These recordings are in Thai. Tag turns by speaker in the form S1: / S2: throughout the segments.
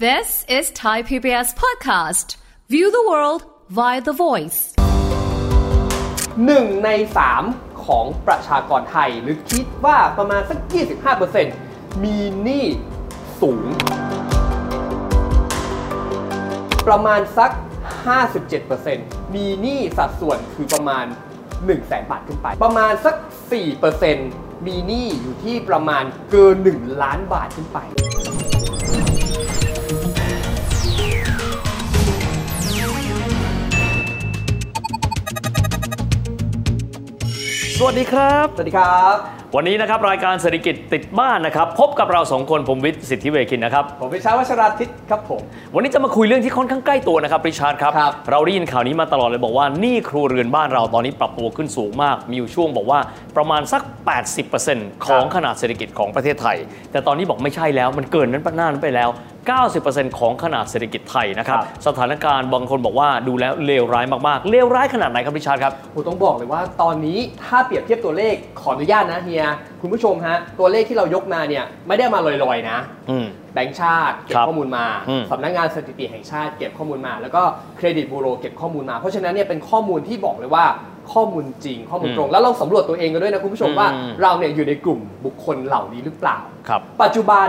S1: This is Thai PBS Podcast. View the world via the voice.
S2: หนึ่งในสามของประชากรไทย หรือคิดว่าประมาณสัก 25%มีหนี้สูง ประมาณสัก 57%มีหนี้สัดส่วนคือประมาณ 1 0 0 0 0แบาทขึ้นไป ประมาณสัก 4%มีหนี้อยู่ที่ประมาณเกิน 1 ล้านบาทขึ้นไป
S3: สวัสดีครับ
S2: สวัสดีครับ
S3: วันนี้นะครับรายการเศรษฐกิจติดบ้านนะครับ พบกับเราสองคนผมวิทย์สิทธิเวคินนะครับ
S2: ผมวิชาวัชราทิตย์ครับผม
S3: วันนี้จะมาคุยเรื่องที่ค่อนข้างใกล้ตัวนะครับริชาร์ดครับ
S2: ครับ
S3: เราได้ยินข่าวนี้มาตลอดเลยบอกว่าหนี่ครัวเรือนบ้านเราตอนนี้ปรับตัวขึ้นสูงมาก มีอยู่ช่วงบอกว่าประมาณสัก 80%ของขนาดเศรษฐกิจของประเทศไทย แต่ตอนนี้บอกไม่ใช่แล้วมันเกินนั้นปหน้านั้นไปแล้ว 90%ของขนาดเศรษฐกิจไทยนะครับ
S2: ครับ
S3: สถานการณ์บางคนบอกว่าดูแล้วเลวร้ายมากๆเลวร้ายขนาดไหนครับริชาร์ดครับ
S2: ผมต้องบอกเลยว่าตอนนี้ถ้าเปรียบเทียบตัวเลขขออนุญาตนะเฮีย คุณผู้ชมฮะ ตัวเลขที่เรายกมาเนี่ย ไม่ได้มาลอยๆนะ
S3: อืม
S2: แบงก์ชาติเก็บ
S3: ครับ
S2: ข้อมูลมา
S3: อืม
S2: สำนักงานสถิติแห่งชาติเก็บข้อมูลมา แล้วก็เครดิตบูโรเก็บข้อมูลมา เพราะฉะนั้นเนี่ยเป็นข้อมูลที่บอกเลยว่าข้อมูลจริง ข้อมูลตรง แล้วลองสำรวจตัวเองกันด้วยนะคุณผู้ชมว่า
S3: อืม
S2: เราเนี่ยอยู่ในกลุ่มบุคคลเหล่านี้หรือเปล่า
S3: ครับ
S2: ปัจจุบัน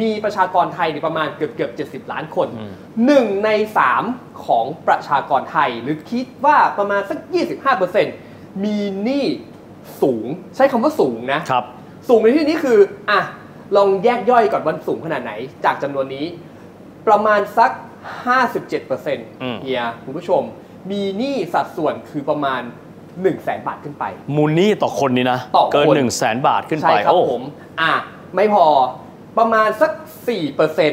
S2: มีประชากรไทยเนี่ยประมาณเกือบเกือบ70 ล้านคน
S3: อืม
S2: หนึ่งใน 3 ของประชากรไทย หรือคิดว่าประมาณสัก 25%มีหนี้สูง ใช้คำว่าสูงนะ
S3: ครับ
S2: สูงในที่นี้คืออ่ะลองแยกย่อยก่อนวันสูงขนาดไหน จากจำนวนนี้ ประมาณสัก 57%เ
S3: ม
S2: ฮียคุณผู้ชม มีหนี้สัดส่วนคือประมาณ 1 0 0 0 0แบาทขึ้นไป
S3: มูลหนี่ต่อคนนี่นะ
S2: ต่อคน
S3: เกิน1 0 0 0 0แบาทขึ้นไป
S2: ใช่ครับ
S3: โอ้
S2: ผม อ่ะ ไม่พอประมาณสัก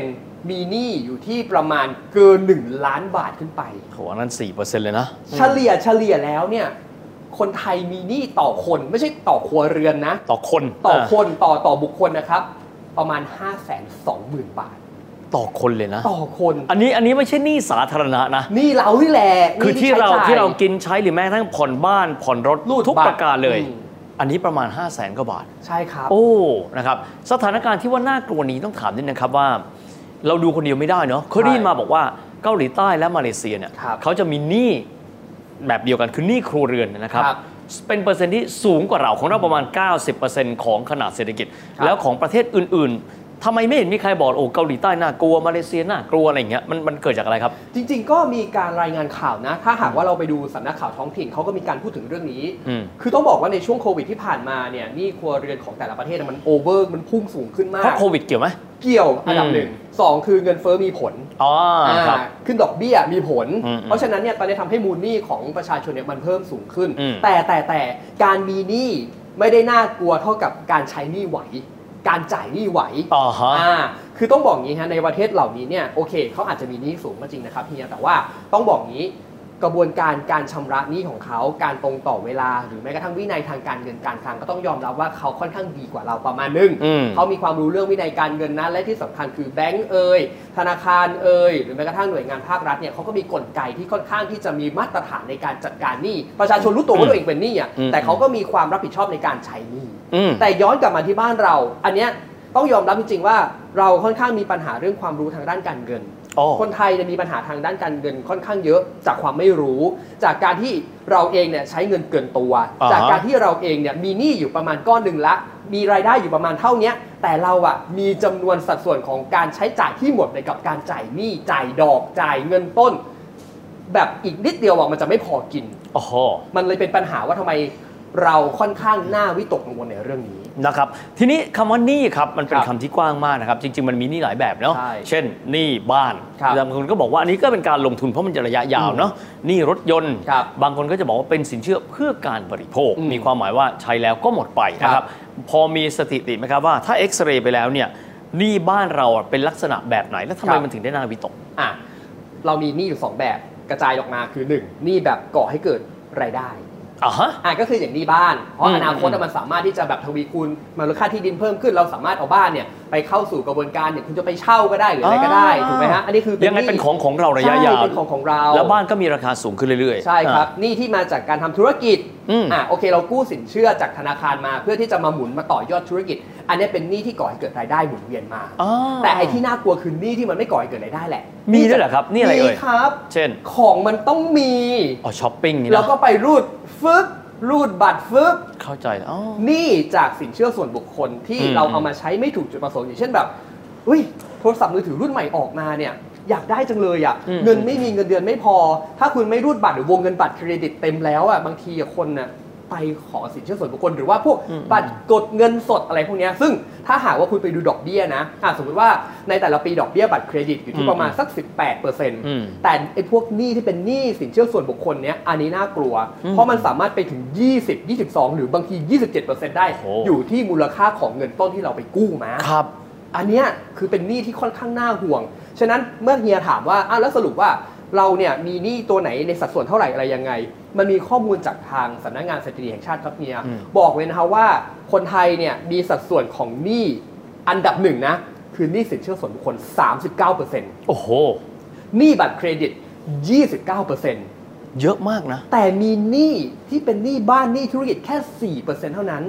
S2: 4%มีหนี้อยู่ที่ประมาณเกิน 1 ล้านบาทขึ้นไป
S3: โหอันนั้นสี่เปอร์เซ็นต์เลยนะ
S2: เฉลี่ยเฉลี่ยแล้วเนี่ย คนไทยมีหนี้ต่อคนไม่ใช่ต่อครัวเรือนนะ
S3: ต่อคน
S2: ต่อค
S3: าน
S2: ต่อต่อบุคคลนะครับ ประมาณ 5 2 0 0 0 0 บาท
S3: ต่อคนเลยนะ
S2: ต่อคน
S3: อันนี้อันนี้ไม่ใช่หนี้สาธารณะนะ
S2: นี่เราที่แหละนี่
S3: คือที่เรา
S2: ใช้จ่ย
S3: ที่เรากินใช้หรือแม้กระทั่งผ่อนบ้านผ่อนรถ
S2: รูด
S3: ทุก
S2: บัตร
S3: ประการเลย
S2: อืม
S3: อันนี้ประมาณ 5 0 0แสนกว่าบาท
S2: ใช่ครับ
S3: โอ้ นะครับ สถานการณ์ที่ว่าน่ากลัวนี้ต้องถามนิดนะครับว่า เราดูคนเดียวไม่ได้เนาะเคยได้ยินมาบอกว่าเกาหลีใต้และมาเลเซียเนี่ย
S2: ครับ
S3: เขาจะมีหนี้แบบเดียวกันคือหนี้ครัวเรือนนะครับ
S2: ครับ
S3: เป็นเปอร์เซ็นต์ที่สูงกว่าเราของเราประมาณ 90%ของขนาดเศรษฐกิจ
S2: ครับ
S3: แล้วของประเทศอื่นๆทำไมไม่เห็นมีใครบอกโอ้เกาหลีใต้น่ากลัวมาเลเซียน่ากลัวอะไรอย่างเงี้ยมันมันเกิดจากอะไรครับ
S2: จริงๆ ก็มีการรายงานข่าวนะ ถ้าหากว่าเราไปดูสำนักข่าวท้องถิ่นเขาก็มีการพูดถึงเรื่องนี้
S3: อืม
S2: คือต้องบอกว่าในช่วงโควิดที่ผ่านมาเนี่ยหนี่ครัวเรือนของแต่ละประเทศมันโอเวอร์มันพุ่งสูงขึ้นมา
S3: เพราะ
S2: ก
S3: โควิดเกี่ยวไหม
S2: เกี่ยวอันดับหนึ่งสองคือเงินเฟ้อมีผล
S3: อ๋อครับ
S2: อ่าขึ้นดอกเบี้ยมีผล
S3: อืม
S2: เพราะฉะนั้นเนี่ยตอนนี้ทำให้มูลหนี้ของประชาชนเนี่ยมันเพิ่มสูงขึ้น
S3: อืม
S2: แต่แต่แต่การมีหนี้ไม่ได้น่ากลัวเท่ากับการใช้หนี้ไหว การจ่ายหนี้ไหว
S3: อ๋อฮะ
S2: อ่า คือต้องบอกอย่างนี้ฮะ ในประเทศเหล่านี้เนี่ย โอเค เขาอาจจะมีหนี้สูงก็จริงนะครับเฮีย แต่ว่าต้องบอกอย่างนี้ กระบวนการการชำระหนี้ของเขา การตรงต่อเวลา หรือแม้กระทั่งวินัยทางการเงินการคลังก็ต้องยอมรับว่าเขาค่อนข้างดีกว่าเราประมาณนึง
S3: อืม
S2: เขามีความรู้เรื่องวินัยการเงินนะ และที่สำคัญคือแบงก์เอ่ย ธนาคารเอ่ย หรือแม้กระทั่งหน่วยงานภาครัฐเนี่ยเขาก็มีกลไกที่ค่อนข้างที่จะมีมาตรฐานในการจัดการหนี้ ประชาชนรู้ตัวว่าตัวเองเป็นหนี้อ่ะ
S3: อืม
S2: แต่เขาก็มีความรับผิดชอบในการใช้หนี้
S3: อืม
S2: แต่ย้อนกลับมาที่บ้านเรา อันเนี้ยต้องยอมรับจริงๆว่าเราค่อนข้างมีปัญหาเรื่องความรู้ทางด้านการเงิน
S3: อ๋อ
S2: คนไทยเนี่ยมีปัญหาทางด้านการเงินค่อนข้างเยอะจากความไม่รู้ จากการที่เราเองเนี่ยใช้เงินเกินตัว
S3: อ่าฮะ
S2: จากการที่เราเองเนี่ยมีหนี้อยู่ประมาณก้อนหนึ่งละ มีรายได้อยู่ประมาณเท่าเนี้ยแต่เราอะมีจำนวนสัดส่วนของการใช้จ่ายที่หมดไปกับการจ่ายหนี้จ่ายดอกจ่ายเงินต้น แบบอีกนิดเดียวอะมันจะไม่พอกิน
S3: อ๋อ
S2: มันเลยเป็นปัญหาว่าทำไมเราค่อนข้างน่าวิตกกังวลในเรื่องนี้
S3: นะครับทีนี้คำว่าหนี้ครับมันเป็น
S2: ครับ
S3: คำที่กว้างมากนะครับจริง ๆ มันมีหนี้หลายแบบเนาะ
S2: ใช่
S3: เช่นหนี้บ้าน
S2: ครับ
S3: บางคนก็บอกว่าอันนี้ก็เป็นการลงทุนเพราะมันจะระยะยาวเนาะหนี้รถยนต์
S2: ครับ
S3: บางคนก็จะบอกว่าเป็นสินเชื่อเพื่อการบริโภค
S2: อืม
S3: มีความหมายว่าใช้แล้วก็หมดไปนะ
S2: ค
S3: ค
S2: รั
S3: รับบ พอมีสถิติไหมครับว่าถ้าเอ็กซเรย์ไปแล้วเนี่ยหนี้บ้านเราอ่ะเป็นลักษณะแบบไหน และทำไมมันถึงได้น่าวิตก
S2: อ่ะเรามีหนี้อยู่สองแบบกระจายออกมาคือ1หนี้แบบก่อให้เกิดรายได้
S3: อ่ะฮะ
S2: อ่ะก็คืออย่างหนี้บ้าน เพ
S3: อื
S2: ราะ
S3: ม
S2: อนาคต
S3: อืม
S2: อะมันสามารถที่จะแบบทวีคูณมูลค่าที่ดินเพิ่มขึ้น เราสามารถเอาบ้านเนี่ยไปเข้าสู่กระบวนการเนี่ยคุณจะไปเช่าก็ได้หรืออะไรก็ได้
S3: อ๋อ
S2: ถูกไหมฮะอันนี้คือ
S3: ยังไงเป็นของของเราระยะ
S2: ใช่
S3: ยาว
S2: เป็นของของเรา
S3: แล้วบ้านก็มีราคาสูงขึ้นเรื่อยๆ
S2: ใช่ครับหนี้ที่มาจากการทำธุรกิจ
S3: อืม
S2: อ่ะโอเคเรากู้สินเชื่อจากธนาคารมาเพื่อที่จะมาหมุนมาต่อยอดธุรกิจ อันเนี้ยเป็นหนี้ที่ก่อให้เกิดรายได้หมุนเวียนมา
S3: อ๋อ
S2: แต่ไอ้ที่น่ากลัวคือหนี้ที่มันไม่ก่อให้เกิดรายได้แหละ
S3: มีด้วยเหรอครับนี่อะไรเอ่ย
S2: มีครับ
S3: เช่น
S2: ของมันต้องมี
S3: อ๋อช้อปปิ้งนี่นะ
S2: แล้วก็ไปรูดฟึบรูดบัตรฟึบ
S3: เข้าใจแล้วอ๋อ
S2: หนี้จากสินเชื่อส่วนบุคคลที่
S3: อืม
S2: เราเอามาใช้ไม่ถูกจุดประสงค์อย่างเช่นแบบอุ้ยโทรศัพท์มือถือรุ่นใหม่ออกมาเนี่ย อยากได้จังเลยอะ่ะเงินไม่มีเงินเดือนไม่พอ ถ้าคุณไม่รูดบัตรหรือวงเงินบัตรเครดิตเต็มแล้วอะ่ะบางทีอะคนน่ะไปขอสินเชื่อส่วนบุคคลหรือว่าพวกบัตรกดเงินสดอะไรพวกเนี้ยซึ่งถ้าหากว่าคุณไปดูดอกเบี้ยนะอ่ะสมมติว่าในแต่ละปีดอกเบี้ยบัตรเครดิตอยู่ที่ประมาณสัก 18%เปอร์เซ็นต์
S3: อืม
S2: แต่ไอ้พวกหนี้ที่เป็นหนี้สินเชื่อส่วนบุคคลเนี้ยอันนี้น่ากลัว เพราะมันสามารถไปถึง 20 22 หรือบางที 27 ได้
S3: โอ้โห
S2: อยู่ที่มูลค่าของเงินต้นที่เราไปกู้มา
S3: ครับ
S2: อันเนี้ยคือเป็นหนี้ที่ค่อนข้างน่าห่วง ฉะนั้นเมื่อเฮียถามว่าอ้าวแล้วสรุปว่าเราเนี่ยมีหนี้ตัวไหนในสัดส่วนเท่าไหร่อะไรยังไง มันมีข้อมูลจากทางสำนักงานสถิติแห่งชาติครับเฮีย
S3: อืม
S2: บอกเลยนะคะว่าคนไทยเนี่ยมีสัดส่วนของหนี้อันดับหนึ่งนะคือหนี้สินเชื่อส่วนบุคคล 39%
S3: โอ้โห
S2: หนี้บัตรเครดิต 29%
S3: เยอะมากนะ
S2: แต่มีหนี้ที่เป็นหนี้บ้านหนี้ธุรกิจแค่ 4%เท่านั้น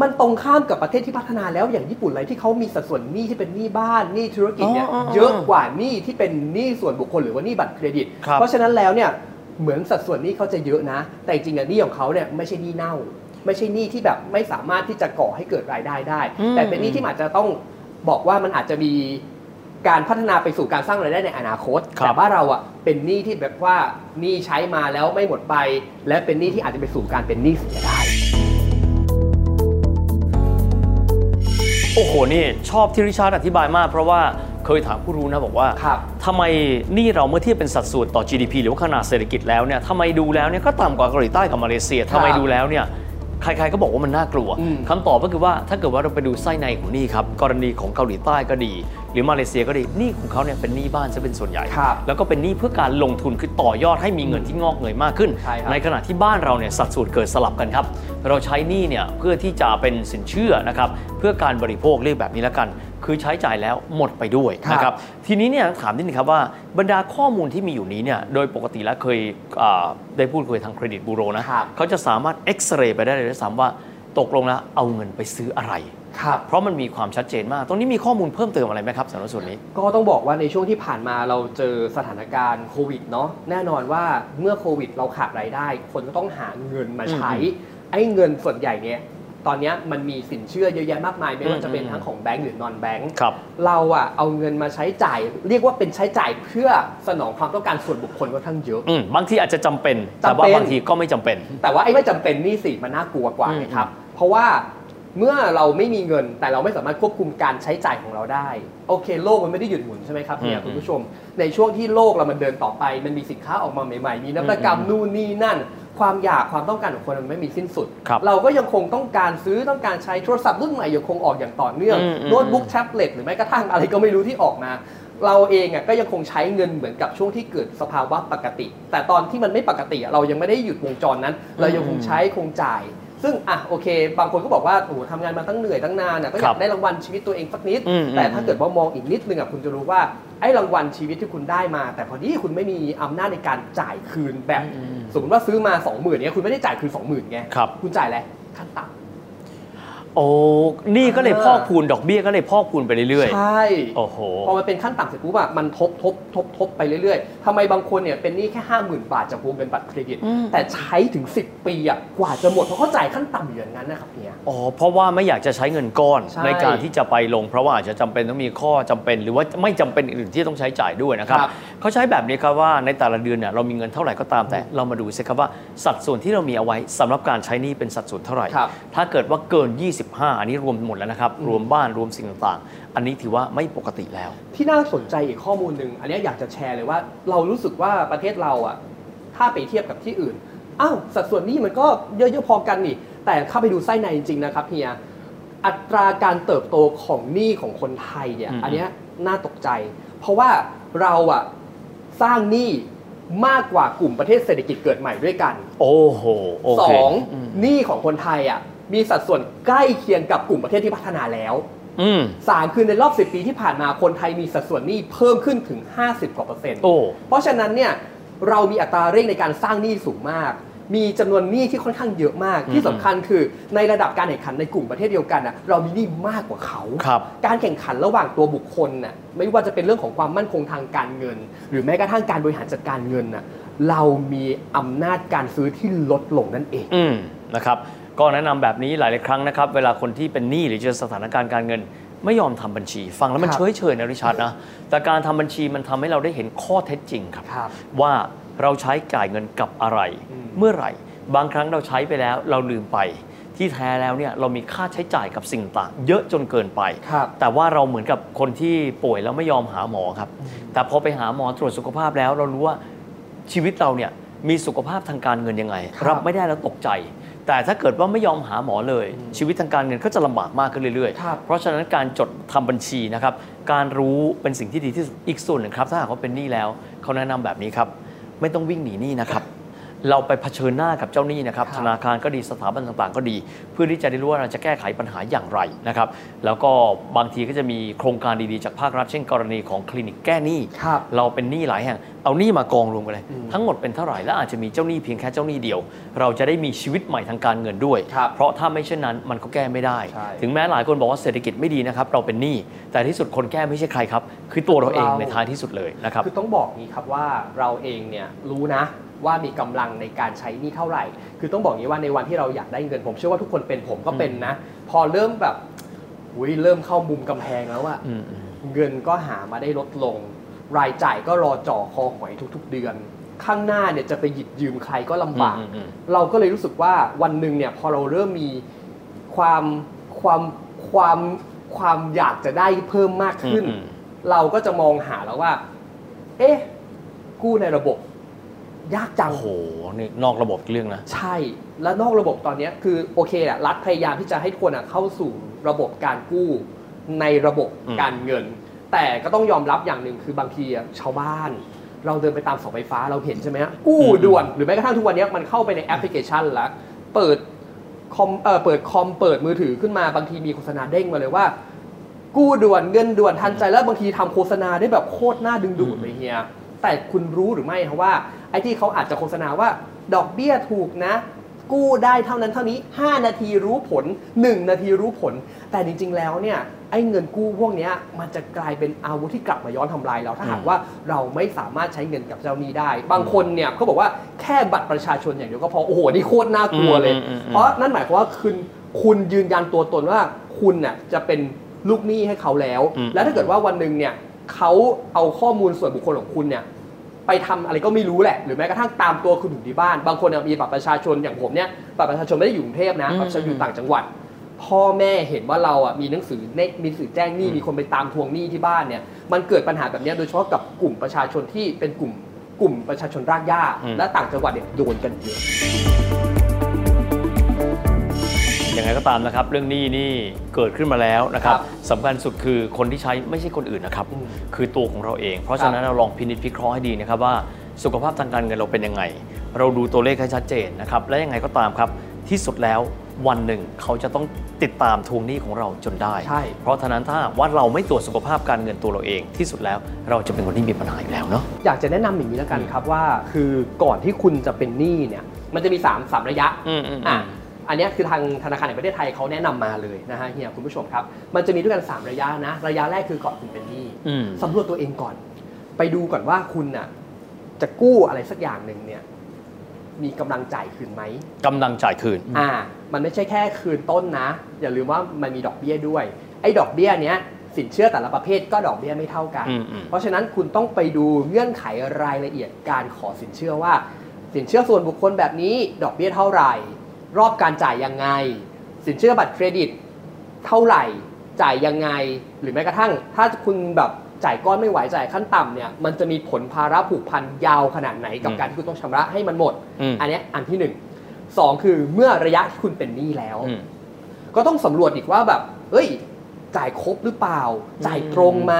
S2: มันตรงข้ามกับประเทศที่พัฒนาแล้วอย่างญี่ปุ่นอะไรที่เขามีสัดส่วนหนี้ที่เป็นหนี้บ้านหนี้ธุรกิจเนี่ย
S3: อ๋ออ๋ออ๋อ
S2: เยอะกว่าหนี้ที่เป็นหนี้ส่วนบุคคลหรือว่าหนี้บัตรเครดิต
S3: ครับ
S2: เพราะฉะนั้นแล้วเนี่ยเหมือนสัดส่วนหนี้เขาจะเยอะนะ แต่จริงๆอะหนี้ของเขาเนี่ยไม่ใช่หนี้เน่า ไม่ใช่หนี้ที่แบบไม่สามารถที่จะก่อให้เกิดรายได้ได้ แต่เป็นหนี้ที่อาจจะต้องบอกว่ามันอาจจะมีการพัฒนาไปสู่การสร้างรายได้ในอนาคต
S3: ครับ
S2: แต่ว่าเราอะเป็นหนี้ที่แบบว่าหนี้ใช้มาแล้วไม่หมดไป และเป็นหนี้ที่อาจจะไปสู่การเป็นหนี้เสียได้
S3: โอ้โห นี่ชอบที่ริชาร์ดอธิบายมาก เพราะว่าเคยถามผู้รู้นะบอกว่า
S2: ครับ
S3: ทำไมหนี่เราเมื่อเทียบเป็นสัดส่วนต่อ GDP หรือว่าขนาดเศรษฐกิจแล้วเนี่ยทำไมดูแล้วเนี่ยก็ต่ำกว่าเกาหลีใต้กับมาเลเซียทำไมดูแล้วเนี่ยใครๆก็บอกว่ามันน่ากลัว
S2: อืม
S3: คำตอบก็คือว่าถ้าเกิดว่าเราไปดูไส้ในของหนี่ครับกรณีของเกาหลีใต้ก็ดี หรือมาเลเซียก็ดีหนี่ของเขาเนี่ยเป็นหนี้บ้านซะเป็นส่วนใหญ่
S2: ครับ
S3: แล้วก็เป็นหนี้เพื่อการลงทุนคือต่อยอดให้มีเงินที่งอกเงยมากขึ้น
S2: ใช่ครับ
S3: ในขณะที่บ้านเราเนี่ยสัดส่วนเกิดสลับกันครับ เราใช้หนี้เนี่ยเพื่อที่จะเป็นสินเชื่อนะครับเพื่อการบริโภคเรียกแบบนี้แล้วกัน คือใช้จ่ายแล้วหมดไปด้วย
S2: ครับ
S3: นะครับทีนี้เนี่ยถามนิดนึงครับว่าบรรดาข้อมูลที่มีอยู่นี้เนี่ยโดยปกติแล้วเคยอ่าได้พูดคุยทางเครดิตบูโรนะครับ เขาจะสามารถเอ็กซเรย์ไปได้เลยด้วยซ้ำว่าตกลงแล้วเอาเงินไปซื้ออะไร
S2: ครับ
S3: เพราะมันมีความชัดเจนมาก ตรงนี้มีข้อมูลเพิ่มเติมอะไรไหมครับสำหรับส่วนนี้
S2: ก็ต้องบอกว่าในช่วงที่ผ่านมาเราเจอสถานการณ์โควิดเนาะแน่นอนว่าเมื่อโควิดเราขาดรายได้ คนก็ต้องหาเงินมาใช้ ไอ้เงินส่วนใหญ่เนี่ยตอนเนี้ยมันมีสินเชื่อเยอะแยะมากมายไม่ว่าจะเป็น
S3: อืม
S2: ทั้งของแบงก์หรือนอนแบงก์
S3: ครับ
S2: เราอะเอาเงินมาใช้จ่าย เรียกว่าเป็นใช้จ่ายเพื่อสนองความต้องการส่วนบุคคลค่อนข้างเยอะ
S3: อืมบางทีอาจจะจำเป็น แต่ว่า
S2: จำเป็น
S3: บางทีก็ไม่จำเป็น
S2: แต่ว่าไอ้ไม่จำเป็นนี่สิมันน่ากลัวกว่า
S3: อืม
S2: ไงครับ เพราะว่าเมื่อเราไม่มีเงินแต่เราไม่สามารถควบคุมการใช้จ่ายของเราได้ โอเค โลกมันไม่ได้หยุดหมุนใช่ไหมครับเนี่ยคุณผู้ชม ในช่วงที่โลกเรามันเดินต่อไป มันมีสินค้าออกมาใหม่ๆ มีนวัตกรรมนู่นนี่นั่น ความอยากความต้องการของคนมันไม่มีสิ้นสุด
S3: ครับ
S2: เราก็ยังคงต้องการซื้อต้องการใช้โทรศัพท์รุ่นใหม่ยังคงออกอย่างต่อเนื่อง
S3: อืมอืม
S2: โน้ตบุ๊กแท็บเล็ตหรือแม้กระทั่งอะไรก็ไม่รู้ที่ออกมา เราเองอะก็ยังคงใช้เงินเหมือนกับช่วงที่เกิดสภาวะปกติ แต่ตอนที่มันไม่ปกติอะเรายังไม่ได้หยุดวงจรนั้น เรายังคงใช้คงจ่าย ซึ่งอ่ะโอเค บางคนก็บอกว่าโอ้โหทำงานมาตั้งเหนื่อยตั้งนานอะก็อ
S3: ครั
S2: ยาก
S3: บ
S2: ได้รางวัลชีวิตตัวเองสักนิด
S3: อืม
S2: แต่ถ้าเกิดว่ามองอีกนิดนึงอะคุณจะรู้ว่าไอ้รางวัลชีวิตที่คุณได้มา แต่พอดีคุณไม่มีอำนาจในการจ่ายคืนแบบ
S3: อืม
S2: สมมติว่าซื้อมา2 0,000เนี่ยคุณไม่ได้จ่ายคืน 20,000ไง
S3: ครับ
S2: คุณจ่ายอะไรขั้นต่ำ
S3: โอ้นี่ก็เลย
S2: เออ
S3: พอกพูนดอกเบี้ยก็เลยพอกพูนไปเรื่อย
S2: ใช่
S3: ๆ โอ้โห
S2: พอมันเป็นขั้นต่ำเสร็จปุ๊บอะมันทบทบทบทบไปเรื่อยๆ ทำไมบางคนเนี่ยเป็นหนี้แค่ 5 0,000 บาทจากวงเงินบัตรเครดิต แต่ใช้ถึง 10 ปีอะกว่าจะหมดเพราะเขาจ่ายขั้นต่ำอยู่อย่างนั้นนะครับเนี่ย
S3: อ๋อ เพราะว่าไม่อยากจะใช้เงินก้อน
S2: ใช่
S3: ในการที่จะไปลง เพราะว่าอาจจะจำเป็นต้องมีข้อจำเป็น หรือว่าไม่จำเป็นอื่นที่ต้องใช้จ่ายด้วยนะครับ
S2: ครับ
S3: เขาใช้แบบนี้ครับว่าในแต่ละเดือนเนี่ยเรามีเงินเท่าไหร่ก็ตามแต่เรามาดูสิครับว่าสัดส่วนที่เรามีเอาไว้สำหรับการใช้หนี้เป็นสัดส่วนเท่าไหร่
S2: ครับ
S3: ถ้าเกิดว่าเกิน 25 อันนี้รวมหมดแล้วนะครับ รวมบ้านรวมสิ่งต่างๆ อันนี้ถือว่าไม่ปกติแล้ว
S2: ที่น่าสนใจอีกข้อมูลหนึ่งอันเนี้ยอยากจะแชร์เลยว่า เรารู้สึกว่าประเทศเราอะถ้าไปเทียบกับที่อื่น อ้าวสัดส่วนหนี้มันก็เยอะๆพอกันนี่ แต่เข้าไปดูไส้ในจริงๆนะครับเฮีย อัตราการเติบโตของหนี้ของคนไทยเนี่ย
S3: อืม
S2: อันเนี้ยน่าตกใจ เพราะว่าเราอะสร้างหนี้มากกว่ากลุ่มประเทศเศรษฐกิจเกิดใหม่ด้วยกัน
S3: โอ้โห โอ
S2: ส
S3: เค
S2: องหนี้ของคนไทยอะมีสัดส่วนใกล้เคียงกับกลุ่มประเทศที่พัฒนาแล้ว
S3: อืม
S2: สามคือในรอบ 10 ปีที่ผ่านมาคนไทยมีสัดส่วนหนี้เพิ่มขึ้นถึง 50 กว่าเปอร์เซ็นต์
S3: โอ้
S2: เพราะฉะนั้นเนี่ยเรามีอัตราเร่งในการสร้างหนี้สูงมาก มีจำนวนหนี้ที่ค่อนข้างเยอะมาก ที่สำคัญคือในระดับการแข่งขันในกลุ่มประเทศเดียวกันน่ะเรามีหนี้มากกว่าเขา
S3: ครับ
S2: การแข่งขันระหว่างตัวบุคคลน่ะไม่ว่าจะเป็นเรื่องของความมั่นคงทางการเงิน หรือแม้กระทั่งการบริหารจัดการเงินน่ะเรามีอำนาจการซื้อที่ลดลงนั่นเอง
S3: อืมนะครับก็แนะนำแบบนี้หลายๆครั้งนะครับ เวลาคนที่เป็นหนี้หรือเจอสถานการณ์การเงิน ไม่ยอมทำบัญชี ฟังแล้วมัน
S2: ครับ
S3: เฉยเฉยๆนะริชาร์ดนะแต่การทำบัญชีมันทำให้เราได้เห็นข้อเท็จจริงครับ
S2: ครับ
S3: ว่าเราใช้จ่ายเงินกับอะไร
S2: อืม
S3: เมื่อไหร่ บางครั้งเราใช้ไปแล้วเราลืมไป ที่แท้แล้วเนี่ยเรามีค่าใช้จ่ายกับสิ่งต่าง เยอะจนเกินไป
S2: ครับ
S3: แต่ว่าเราเหมือนกับคนที่ป่วยแล้วไม่ยอมหาหมอครับ แต่พอไปหาหมอตรวจสุขภาพแล้วเรารู้ว่าชีวิตเราเนี่ยมีสุขภาพทางการเงินยังไง
S2: ครับ
S3: รับไม่ได้แล้วตกใจ แต่ถ้าเกิดว่าไม่ยอมหาหมอเลย ชีวิตทางการเงินก็จะลำบากมากขึ้นเรื่อย
S2: ครับ
S3: ๆ เพราะฉะนั้นการจดทำบัญชีนะครับ การรู้เป็นสิ่งที่ดีที่สุดอีกส่วนหนึ่งครับ ถ้าหากว่าเป็นหนี้แล้วเขาแนะนำแบบนี้ครับ ไม่ต้องวิ่งหนีหนี้นะครับ เราไปเผชิญหน้ากับเจ้าหนี้นะครับ
S2: ครับ
S3: ธนาคารก็ดีสถาบันต่างๆ ก็ดี เพื่อที่จะได้รู้ว่าเราจะแก้ไขปัญหาอย่างไรนะครับ แล้วก็บางทีก็จะมีโครงการดีๆจากภาครัฐเช่นกรณีของคลินิกแก้หนี้
S2: ครับ
S3: เราเป็นหนี้หลายแห่ง เอาหนี้มากองรวมกันเลย
S2: อืม
S3: ทั้งหมดเป็นเท่าไหร่และอาจจะมีเจ้าหนี้เพียงแค่เจ้าหนี้เดียว เราจะได้มีชีวิตใหม่ทางการเงินด้วย
S2: ครับ
S3: เพราะถ้าไม่เช่นนั้นมันก็แก้ไม่ได้
S2: ใช่
S3: ถึงแม้หลายคนบอกว่าเศรษฐกิจไม่ดีนะครับ เราเป็นหนี้ แต่ที่สุดคนแก้ไม่ใช่ใครครับ คือตัวเราเอง
S2: เรา
S3: ในท้ายที่สุดเลยนะครับ
S2: คือต้องบอกนี้ครับว่าเราเองเนี่ยรู้นะว่ามีกำลังในการใช้หนี่เท่าไหร่ คือต้องบอกนี้ว่าในวันที่เราอยากได้เงินผมเชื่อว่าทุกคนเป็นผมก็เป็นนะ พอเริ่มแบบอุ้ยเริ่มเข้ามุมกำแพงแล้วอะ
S3: อืม
S2: เงินก็หามาได้ลดลง รายจ่ายก็รอจ่อคอหอยทุก ๆ เดือน ข้างหน้าเนี่ยจะไปหยิบยืมใครก็ลำบาก
S3: อืมอืมอืม
S2: เราก็เลยรู้สึกว่าวันหนึ่งเนี่ยพอเราเริ่มมีความความความความอยากจะได้เพิ่มมาก
S3: อืม
S2: ขึ้น
S3: อืม
S2: เราก็จะมองหาแล้วว่า เอ๊ะ กู้ในระบบ ยากจัง
S3: โอ้โหนี่นอกระบบเรื่องนะ
S2: ใช่ และนอกระบบตอนเนี้ยคือโอเคแหละรัฐพยายามที่จะให้ทุกคนอะเข้าสู่ระบบการกู้ ในระบบ
S3: อืม
S2: การเงิน แต่ก็ต้องยอมรับอย่างหนึ่งคือบางทีอะชาวบ้าน เราเดินไปตามเสาไฟฟ้าเราเห็นใช่ไหมฮะกู้ด่วน หรือแม้กระทั่งทุกวันเนี้ยมันเข้าไปในแอปพลิเคชันแล้ว เปิดคอมเอ่อเปิดคอมเปิดมือถือขึ้นมาบางทีมีโฆษณาเด้งมาเลยว่า กู้ด่วนเงินด่วนทันใจแล้วบางทีทำโฆษณาได้แบบโคตรน่าดึงดูดเลยเฮียแต่คุณรู้หรือไม่คะว่า ไอ้ที่เขาอาจจะโฆษณาว่า ดอกเบี้ยถูกนะ กู้ได้เท่านั้นเท่านี้ 5 นาทีรู้ผล 1 นาทีรู้ผล แต่จริง ๆ แล้วเนี่ยไอ้เงินกู้พวกเนี้ยมันจะกลายเป็นอาวุธที่กลับมาย้อนทำลายเราถ้าหาก
S3: อืม
S2: ว่าเราไม่สามารถใช้เงินกับเจ้าหนี้ได้ บางคนเนี่ยเขาบอกว่าแค่บัตรประชาชนอย่างเดียวก็พอโอ้โหนี่โคตรน่ากลัวเลย
S3: อืมอืมอืม
S2: เพราะนั่นหมายความว่าคุณคุณยืนยันตัวตนว่าคุณน่ะจะเป็นลูกหนี้ให้เขาแล้ว
S3: อืม
S2: แล้วถ้าเกิดว่าวันหนึ่งเนี่ยเขาเอาข้อมูลส่วนบุคคลของคุณเนี่ยไปทำอะไรก็ไม่รู้แหละ หรือแม้กระทั่งตามตัวคุณถึงที่บ้าน บางคนเนี่ยมีบัตรประชาชนอย่างผมเนี่ยบัตรประชาชนไม่ได้อยู่กรุงเทพนะบัตรประชาชนอยู่ต่างจังหวัด พ่อแม่เห็นว่าเราอ่ะมีหนังสือเนมีหนังสือแจ้งหนี้มีคนไปตามทวงหนี้ที่บ้านเนี่ยมันเกิดปัญหาแบบเนี้ยโดยเฉพาะกับกลุ่มประชาชนที่เป็นกลุ่มกลุ่มประชาชนรากหญ้า
S3: อืม
S2: และต่างจังหวัดเนี่ยโดนกันเยอะ
S3: ยังไงก็ตามนะครับ เรื่องหนี้นี่เกิดขึ้นมาแล้วนะครับ
S2: ครับ
S3: สำคัญสุดคือคนที่ใช้ไม่ใช่คนอื่นนะครับ
S2: อืม
S3: คือตัวของเราเอง เพราะฉะนั้นเราลองพินิจพิเคราะห์ให้ดีนะครับว่าสุขภาพทางการเงินเราเป็นยังไง เราดูตัวเลขให้ชัดเจนนะครับ และยังไงก็ตามครับ ที่สุดแล้ววันหนึ่งเขาจะต้องติดตามทวงหนี้ของเราจนได้
S2: ใช่
S3: เพราะฉะนั้นถ้าหากว่าเราไม่ตรวจสุขภาพการเงินตัวเราเอง ที่สุดแล้วเราจะเป็นคนที่มีปัญหาอยู่แล้วเนาะ
S2: อยากจะแนะนำอย่างนี้แล้วกันครับว่าคือก่อนที่คุณจะเป็นหนี้เนี่ยมันจะมี3ามสามระยะ
S3: อืมอืมอืม
S2: อ่ะอันเนี้ยคือทางธนาคารแห่งประเทศไทยเขาแนะนำมาเลยนะฮะเฮียคุณผู้ชมครับ มันจะมีด้วยกัน 3 ระยะนะ ระยะแรกคือก่อนคุณเป็นหนี้
S3: อืม
S2: สำรวจตัวเองก่อน ไปดูก่อนว่าคุณน่ะจะกู้อะไรสักอย่างหนึ่งเนี่ยมีกำลังจ่ายคืนไหม
S3: กำลังจ่ายคืน
S2: อ่า มันไม่ใช่แค่คืนต้นนะ อย่าลืมว่ามันมีดอกเบี้ยด้วย ไอ้ดอกเบี้ยเนี้ยสินเชื่อแต่ละประเภทก็ดอกเบี้ยไม่เท่ากัน
S3: อืมอืม
S2: เพราะฉะนั้นคุณต้องไปดูเงื่อนไขรายละเอียดการขอสินเชื่อว่า สินเชื่อส่วนบุคคลแบบนี้ ดอกเบี้ยเท่าไหร่ รอบการจ่ายยังไง สินเชื่อบัตรเครดิต เท่าไหร่จ่ายยังไง หรือแม้กระทั่ง ถ้าคุณแบบจ่ายก้อนไม่ไหวจ่ายขั้นต่ำเนี่ยมันจะมีผลภาระผูกพันยาวขนาดไหนกับ
S3: อืม
S2: การที่คุณต้องชำระให้มันหมด
S3: อืม
S2: อันเนี้ยอันที่หนึ่งสองคือเมื่อระยะที่คุณเป็นหนี้แล้ว
S3: อืม
S2: ก็ต้องสำรวจอีกว่าแบบ เฮ้ย จ่ายครบหรือเปล่า จ่ายตรงไหม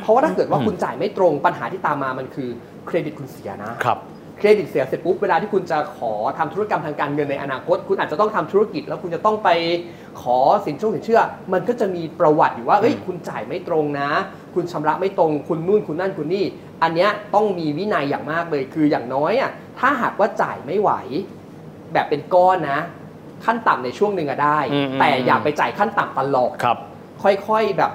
S2: เพราะว่าถ้าเกิดว่า
S3: อืม
S2: คุณจ่ายไม่ตรงปัญหาที่ตามมามันคือเครดิตคุณเสียนะ
S3: ครับ
S2: เครดิตเสียเสร็จปุ๊บเวลาที่คุณจะขอทำธุรกรรมทางการเงินในอนาคต คุณอาจจะต้องทำธุรกิจ แล้วคุณจะต้องไปขอสินช่วงสินเชื่อ มันก็จะมีประวัติอยู่ว่าเอ้ยคุณจ่ายไม่ตรงนะ คุณชำระไม่ตรง คุณนู่นคุณนั่นคุณนี่ อันเนี้ยต้องมีวินัยอย่างมากเลยคืออย่างน้อยอ่ะถ้าหากว่าจ่ายไม่ไหว แบบเป็นก้อนนะ ขั้นต่ำในช่วงหนึ่งอะได้
S3: อืมอืม
S2: แต่อย่าไปจ่ายขั้นต่ำตลอด
S3: ครับ
S2: ค่อยๆแบบ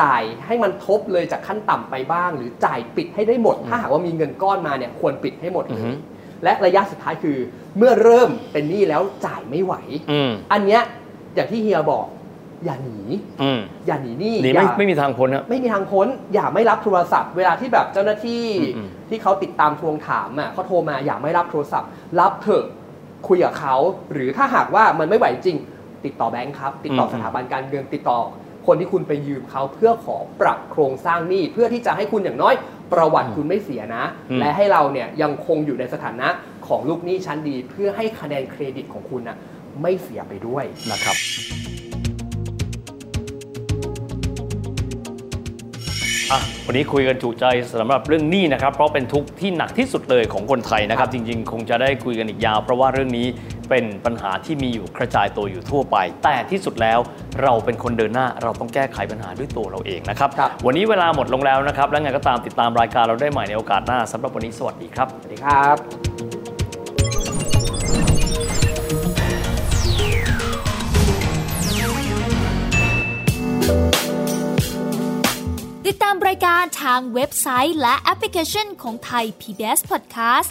S2: จ่ายให้มันทบเลยจากขั้นต่ำไปบ้าง หรือจ่ายปิดให้ได้หมด ถ้าหากว่ามีเงินก้อนมาเนี่ยควรปิดให้หมดเล
S3: อือฮึ
S2: ยและระยะสุดท้ายคือ เมื่อเริ่มเป็นหนี้แล้วจ่ายไม่ไหว
S3: อืม
S2: อันเนี้ยอย่างที่เฮียบอก อย่าหนี
S3: อืม
S2: อย่าหนีหนี้
S3: หนี
S2: อ
S3: ไม่
S2: ย่า
S3: ไม่มีทางพ้นครับ
S2: ไม่มีทางพ้นอย่าไม่รับโทรศัพท์ เวลาที่แบบเจ้าหน้าที่
S3: อืม
S2: ที่เขาติดตามทวงถามอ่ะเขาโทรมาอย่าไม่รับโทรศัพท์ รับเถอะคุยกับเขา หรือถ้าหากว่ามันไม่ไหวจริง ติดต่อแบงค์ครับ ติดต่ออ
S3: ม
S2: สถาบันการเงินติดต่อ คนที่คุณไปยืมเขาเพื่อขอปรับโครงสร้างหนี้เพื่อที่จะให้คุณอย่างน้อย ประวัติคุณไม่เสียนะ และให้เราเนี่ยยังคงอยู่ในสถานะของลูกหนี้ชั้นดี เพื่อให้คะแนนเครดิตของคุณนะไม่เสียไปด้วย
S3: นะครับ อ่ะ วันนี้คุยกันจุใจสำหรับเรื่องหนี้นะครับ เพราะเป็นทุกข์ที่หนักที่สุดเลยของคนไทยนะครับ จริง ๆ คงจะได้คุยกันอีกยาว เพราะว่าเรื่องนี้เป็นปัญหาที่มีอยู่กระจายตัวอยู่ทั่วไป แต่ที่สุดแล้วเราเป็นคนเดินหน้าเราต้องแก้ไขปัญหาด้วยตัวเราเองนะครับ
S2: ครับ
S3: วันนี้เวลาหมดลงแล้วนะครับ แล้วไงก็ตามติดตามรายการเราได้ใหม่ในโอกาสหน้าสำหรับวันนี้สวัสดีครับ
S2: สวัสดีครับ
S4: ติดตามรายการทางเว็บไซต์และแอปพลิเคชันของไทย PBS Podcast